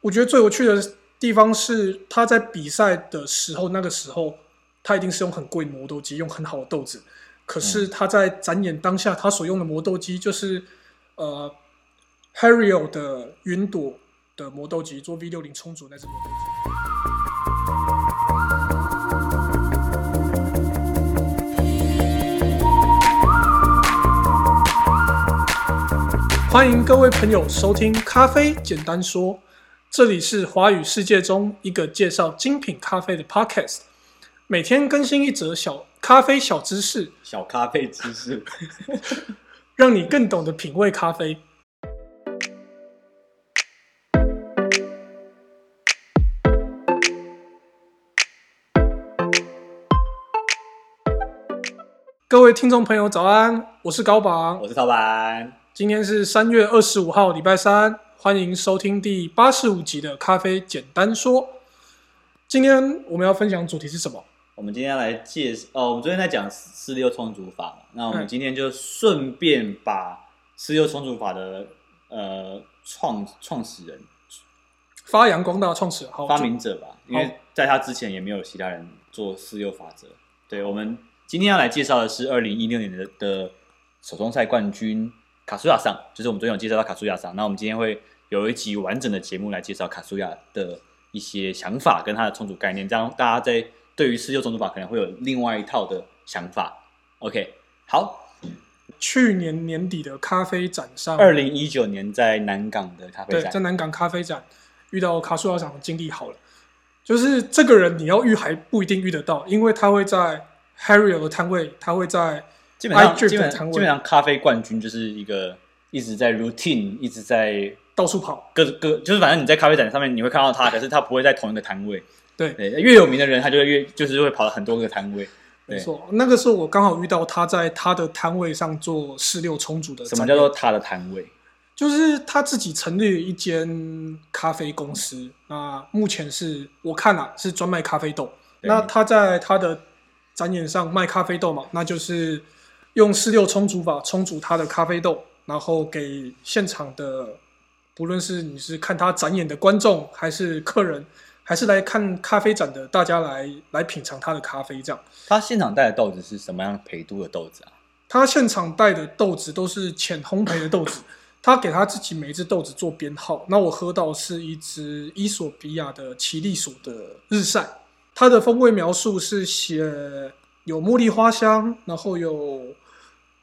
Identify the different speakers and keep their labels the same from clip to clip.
Speaker 1: 我觉得最有趣的地方是他在比赛的时候，那个时候他一定是用很贵的磨豆机，用很好的豆子。可是他在展演当下，他所用的磨豆机就是呃 Hario 的云朵的磨豆机，做 V 六零充足那只磨豆机。欢迎各位朋友收听《咖啡简单说》，这里是华语世界中一个介绍精品咖啡的 podcast，每天更新一则小咖啡小知识，
Speaker 2: 小咖啡知识，
Speaker 1: 让你更懂得品味咖啡。各位听众朋友，早安！我是高榜，
Speaker 2: 我是陶板，
Speaker 1: 今天是三月二十五号，礼拜三，欢迎收听第八十五集的《咖啡简单说》。今天我们要分享主题是什么？
Speaker 2: 我们今天要来介绍哦，我们昨天在讲四六充足法嘛，那我
Speaker 1: 嗯
Speaker 2: 们今天就顺便把四六充足法的呃创创始人、
Speaker 1: 发扬光大创始人，好，
Speaker 2: 发明者吧，因
Speaker 1: 好
Speaker 2: 为在他之前也没有其他人做四六法则。对，我们今天要来介绍的是二零一六年的的手冲赛冠军卡苏亚桑，就是我们昨天有介绍到卡苏亚桑。那我们今天会有一集完整的节目来介绍卡苏亚的一些想法跟他的冲煮概念，这样大家在对于四六冲煮法可能会有另外一套的想法。OK，好，
Speaker 1: 就去年年底的咖啡展上，
Speaker 2: 二零一九年在南港的咖啡
Speaker 1: 对，
Speaker 2: 展
Speaker 1: 在，南港咖啡展遇到卡苏亚厂的经历好了，就是这个人你要遇还不一定遇得到，因为他会在 Harrier 的摊位，他会在
Speaker 2: 基本上
Speaker 1: IG
Speaker 2: 基
Speaker 1: 的
Speaker 2: 本
Speaker 1: 摊位
Speaker 2: 基本上咖啡冠军就是一个一直在 routine，一直在
Speaker 1: 到处跑，
Speaker 2: 各各就是反正你在咖啡展上面你会看 到他，可是他不会在同一个摊位。
Speaker 1: 对
Speaker 2: 对，越有名的人，他就会越就是会跑到很多个摊位。对
Speaker 1: 没错。那个时候我刚好遇到他在他的摊位上做四六充足的
Speaker 2: 什
Speaker 1: 展
Speaker 2: 么
Speaker 1: 演，
Speaker 2: 叫做他的摊位？
Speaker 1: 就是他自己成立了一间咖啡公司，那目前是我看啊是专卖咖啡豆。
Speaker 2: 对
Speaker 1: 那他在他的展演上卖咖啡豆嘛，那就是用四六冲煮法冲煮他的咖啡豆，然后给现场的，不论是你是看他展演的观众，还是客人，还是来看咖啡展的大家来来品尝他的咖啡这样。
Speaker 2: 他现场带的豆子是什么样培度的豆子啊？
Speaker 1: 他现场带的豆子都是浅烘焙的豆子，他给他自己每一只豆子做编号。那我喝到是一只伊索比亚的奇力鼠的日晒，它的风味描述是写有茉莉花香，然后有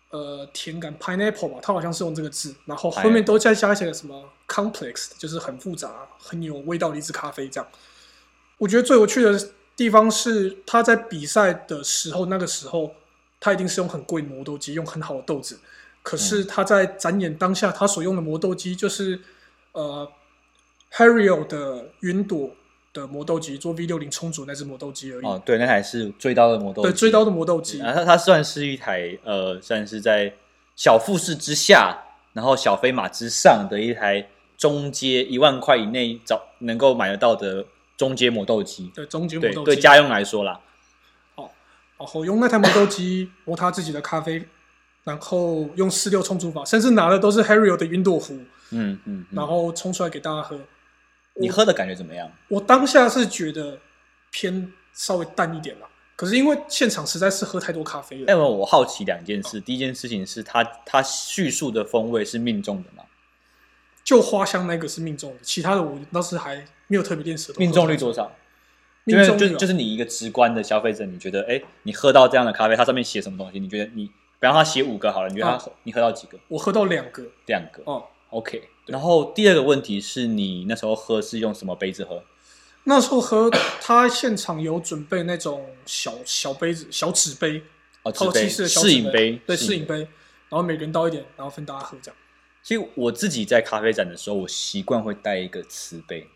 Speaker 1: 呃甜感 pineapple 吧，它好像是用这个字，然后后面
Speaker 2: Pineapple
Speaker 1: 都再加一些什么 complex，就是很复杂、很有味道的一支咖啡这样。我觉得最有趣的地方是他在比赛的时候，那个时候他一定是用很贵的磨豆机，用很好的豆子。可是
Speaker 2: 嗯
Speaker 1: 他在展演当下，他所用的磨豆机就是呃 Hario 的云朵的磨豆机，做 V 六零充足那只磨豆机而已。
Speaker 2: 哦，对，那台是追刀的磨豆机。
Speaker 1: 对，追刀的磨豆机。
Speaker 2: 啊，它它算是一台呃，算是在小富士之下，然后小飞马之上的一台中阶一万块以内找能够买得到的中阶磨豆机。
Speaker 1: 对，中间磨
Speaker 2: 对
Speaker 1: 豆
Speaker 2: 对，
Speaker 1: 机，
Speaker 2: 家用来说啦，
Speaker 1: 然后用那台磨豆机磨他自己的咖啡，然后用四六冲煮法，甚至拿的都是 Hario 的云朵壶，
Speaker 2: 嗯嗯，嗯
Speaker 1: 然后冲出来给大家喝。
Speaker 2: 你喝的感觉怎么样？
Speaker 1: 我当下是觉得偏稍微淡一点啦，可是因为现场实在是喝太多咖啡了，
Speaker 2: 那么我好奇两件事，第一件事情是它它叙述的风味是命中的嘛？
Speaker 1: 就花香那个是命中的，其他的我当时还没有特别练舌头。
Speaker 2: 命中率多少？
Speaker 1: 命中率
Speaker 2: 就是
Speaker 1: 啊
Speaker 2: 就是你一个直观的消费者，你觉得哎、你喝到这样的咖啡，它上面写什么东西？你觉得你，比方说它写五个好了，你觉得它、你喝到几个？
Speaker 1: 我喝到两个
Speaker 2: 两个
Speaker 1: 嗯哦。
Speaker 2: ，OK。然后第二个问题是你那时候喝是用什么杯子喝？
Speaker 1: 那时候喝他现场有准备那种小小杯子、小纸杯，
Speaker 2: 哦，
Speaker 1: 透
Speaker 2: 纸
Speaker 1: 气
Speaker 2: 杯、
Speaker 1: 式的小
Speaker 2: 试
Speaker 1: 纸
Speaker 2: 饮杯，
Speaker 1: 对，试饮。杯，然后每个人倒一点，然后分大家喝这样。
Speaker 2: 其实我自己在咖啡展的时候，我习惯会带一个瓷杯，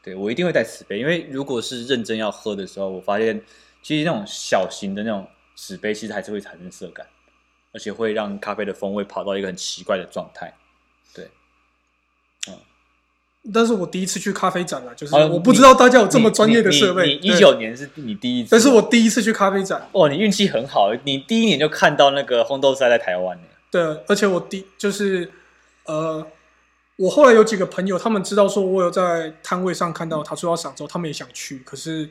Speaker 2: 对我一定会带瓷杯，因为如果是认真要喝的时候，我发现其实那种小型的那种纸杯，其实还是会产生色感，而且会让咖啡的风味跑到一个很奇怪的状态。
Speaker 1: 但是我第一次去咖啡展啊，就是
Speaker 2: 哦
Speaker 1: 我不知道大家有这么专业的
Speaker 2: 你
Speaker 1: 设备。
Speaker 2: 你一
Speaker 1: 对
Speaker 2: 九，年是你第一次，
Speaker 1: 但是我第一次去咖啡展，
Speaker 2: 哦，你运气很好，你第一年就看到那个烘豆赛在台湾呢。
Speaker 1: 对，而且我第就是呃，我后来有几个朋友，他们知道说我有在摊位上看到他说要赏之后，他们也想去，可是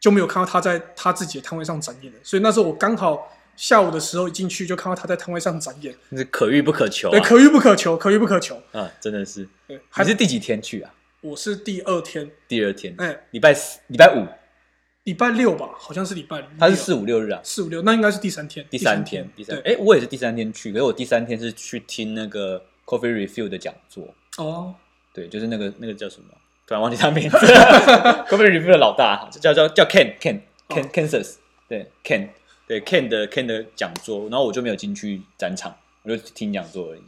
Speaker 1: 就没有看到他在他自己的摊位上展演了。所以那时候我刚好下午的时候一进去，就看到他在摊位上展演，
Speaker 2: 那是可遇不可求
Speaker 1: 对，
Speaker 2: 啊！
Speaker 1: 可遇不可求，可遇不可求。
Speaker 2: 啊，真的是。
Speaker 1: 对，还
Speaker 2: 还是第几天去啊？
Speaker 1: 我是第二天，
Speaker 2: 第二天，
Speaker 1: 哎、
Speaker 2: 礼拜四、礼拜五，
Speaker 1: 礼拜六吧，好像是礼拜六，
Speaker 2: 他是四五六日啊。
Speaker 1: 四五六，那应该是第三天，
Speaker 2: 第三天，第三，
Speaker 1: 对，
Speaker 2: 哎，我也是第三天去，可是我第三天是去听那个 Coffee Review 的讲座，
Speaker 1: 哦，
Speaker 2: 对，就是那个那个叫什么，突然忘记他 名字，Coffee Review 的老大叫叫叫 Ken Ken
Speaker 1: 哦
Speaker 2: Ken Kansas，对 Ken 对 Ken 的 Ken 的讲座，然后我就没有进去展场，我就听讲座而已。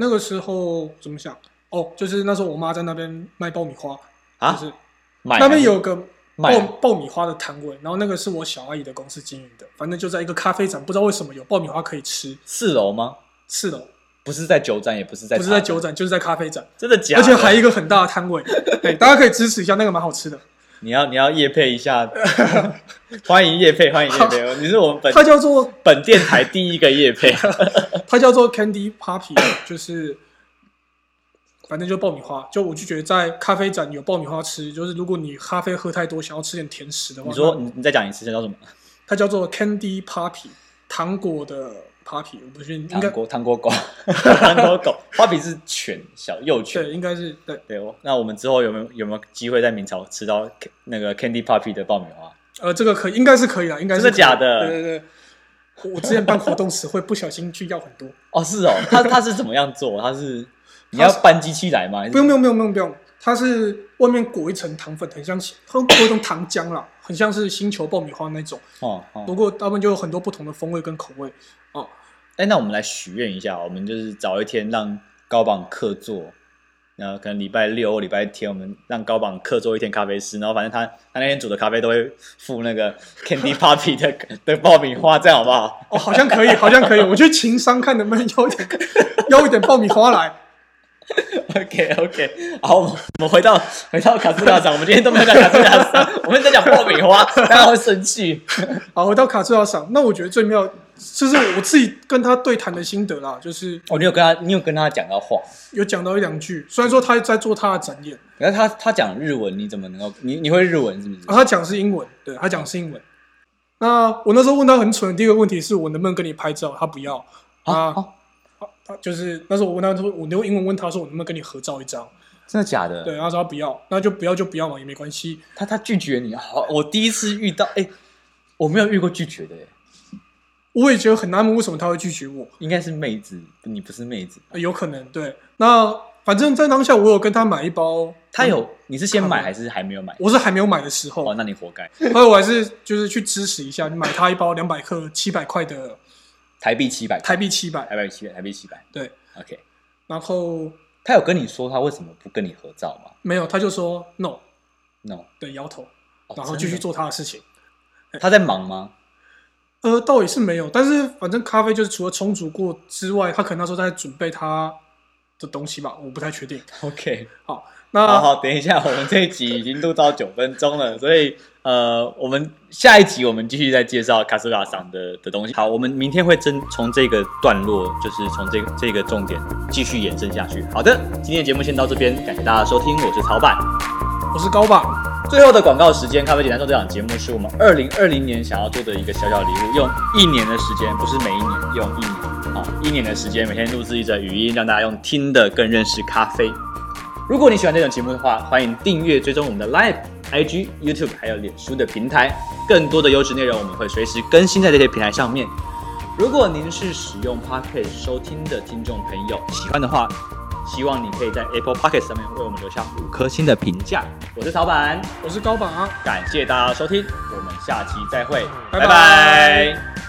Speaker 1: 那个时候怎么想？哦，就是那时候我妈在那边卖爆米花，
Speaker 2: 啊
Speaker 1: 就是
Speaker 2: 买
Speaker 1: 那
Speaker 2: 还
Speaker 1: 边
Speaker 2: 是
Speaker 1: 有个
Speaker 2: 卖
Speaker 1: 爆
Speaker 2: 啊
Speaker 1: 爆米花的摊位，然后那个是我小阿姨的公司经营的，反正就在一个咖啡展，不知道为什么有爆米花可以吃。
Speaker 2: 四楼吗？
Speaker 1: 是的，
Speaker 2: 不是在酒展，也不是在
Speaker 1: 不是在
Speaker 2: 茶
Speaker 1: 酒展就是在咖啡展，
Speaker 2: 真的假的？
Speaker 1: 而且还有一个很大的摊 位，对，大家可以支持一下，那个蛮好吃的。
Speaker 2: 你要你要夜配 一下，欢迎夜配，欢迎夜配，你是我们本
Speaker 1: 它叫做
Speaker 2: 本电台第一个夜配。
Speaker 1: 它叫做 Candy Poppy，就是反正就爆米花。就我就觉得在咖啡展有爆米花吃，就是如果你咖啡喝太多，想要吃点甜食的话，
Speaker 2: 你说你你再讲一次，叫什么？
Speaker 1: 它叫做 Candy Poppy，糖果的 Poppy，我不是应
Speaker 2: 糖
Speaker 1: 该
Speaker 2: 果糖 果狗，糖果狗，花比是犬，小幼犬。
Speaker 1: 对，应该是对，
Speaker 2: 对，哦，那我们之后有没有有没有机会在明朝吃到 K- 那个 Candy Puppy 的爆米花？
Speaker 1: 呃，这个可以应该是可以啦，应该是
Speaker 2: 真
Speaker 1: 可
Speaker 2: 的
Speaker 1: 以
Speaker 2: 假的
Speaker 1: 对对对。我我之前办活动时会不小心去要很多，
Speaker 2: 哦，是哦，他他是怎么样做？他是你要
Speaker 1: 它是
Speaker 2: 搬机器来吗？还是
Speaker 1: 不用不用不用不用不用，它是外面裹一层糖粉，很像它裹一层糖浆啦，很像是星球爆米花那种。
Speaker 2: 哦哦
Speaker 1: 不过他们就有很多不同的风味跟口味。哦
Speaker 2: 哎，那我们来许愿一下，我们就是找一天让高榜客座，然后可能礼拜六或礼拜天，我们让高榜客座一天咖啡师，然后反正他他那天煮的咖啡都会附那个 Candy Puppy 的的爆米花，这样好不好？
Speaker 1: 哦，好像可以，好像可以。我去情商看能不能要一点， 要一点爆米花来。
Speaker 2: OK OK，好，我 们我们回到回到卡斯大赏，我们今天都没有讲卡斯大赏，我们在讲爆米花，大家会生气。
Speaker 1: 好，回到卡斯拉赏，那我觉得最妙就是我自己跟他对谈的心得啦，就是
Speaker 2: 哦，你有跟他，你有跟他讲到话，
Speaker 1: 有讲到一两句。虽然说他在做他的展演，
Speaker 2: 然后他他讲日文，你怎么能够？你你会日文是不是？
Speaker 1: 啊，他讲是英文，对他讲是英文。那我那时候问他很蠢的第一个问题是我能不能跟你拍照，他不要啊。
Speaker 2: 哦
Speaker 1: 他就是那时候我问他说，我用英文问他说我能不能跟你合照一张，
Speaker 2: 真的假的？
Speaker 1: 对，他说他不要，那就不要就不要嘛，也没关系。
Speaker 2: 他他拒绝你，好，我第一次遇到，哎、我没有遇过拒绝的，哎
Speaker 1: 我也觉得很纳闷，为什么他会拒绝我？
Speaker 2: 应该是妹子，你不是妹子，
Speaker 1: 呃有可能对。那反正，在当下我有跟他买一包，
Speaker 2: 他有，你是先
Speaker 1: 看
Speaker 2: 买
Speaker 1: 吧
Speaker 2: 还是还没有买？
Speaker 1: 我是还没有买的时候
Speaker 2: 哦，，那你活该，
Speaker 1: 后来我还是就是去支持一下，买他一包两百克七百块的
Speaker 2: 台币七百，
Speaker 1: 台币七百，
Speaker 2: 台币七百，台币七百
Speaker 1: 对。
Speaker 2: ，OK。
Speaker 1: 然后
Speaker 2: 他有跟你说他为什么不跟你合照吗
Speaker 1: 没有，他就说 no，
Speaker 2: ？No，
Speaker 1: 对，摇头，
Speaker 2: 哦
Speaker 1: 然后继续。做他的事情。
Speaker 2: 真的他在忙吗？
Speaker 1: 呃，倒也是没有，但是反正咖啡就是除了冲煮过之外，他可能那时候在准备他的东西吧，我不太确定。
Speaker 2: OK，
Speaker 1: 好，那
Speaker 2: 好好，等一下，我们这一集已经录到九分钟了，所以呃，我们下一集我们继续再介绍卡斯拉桑的的东西。好，我们明天会真从这个段落，就是从这个这个重点继续延伸下去。好的，今天的节目先到这边，感谢大家收听，我是曹板。
Speaker 1: 我是高吧，
Speaker 2: 最后的广告时间，咖啡简单说这档节目是我们二零二零年想要做的一个小小礼物，用一年的时间，不是每一年，用一年啊，一年的时间，每天录制一则语音，让大家用听的更认识咖啡。如果你喜欢这种节目的话，欢迎订阅、追踪我们的 Live、IG、YouTube 还有脸书的平台，更多的优质内容我们会随时更新在这些平台上面。如果您是使用 Podcast 收听的听众朋友，喜欢的话，希望你可以在 Apple Podcast 上面为我们留下五颗星的评价。我是曹板。
Speaker 1: 我是高吧啊。
Speaker 2: 感谢大家收听，我们下期再会，
Speaker 1: 拜拜
Speaker 2: 拜拜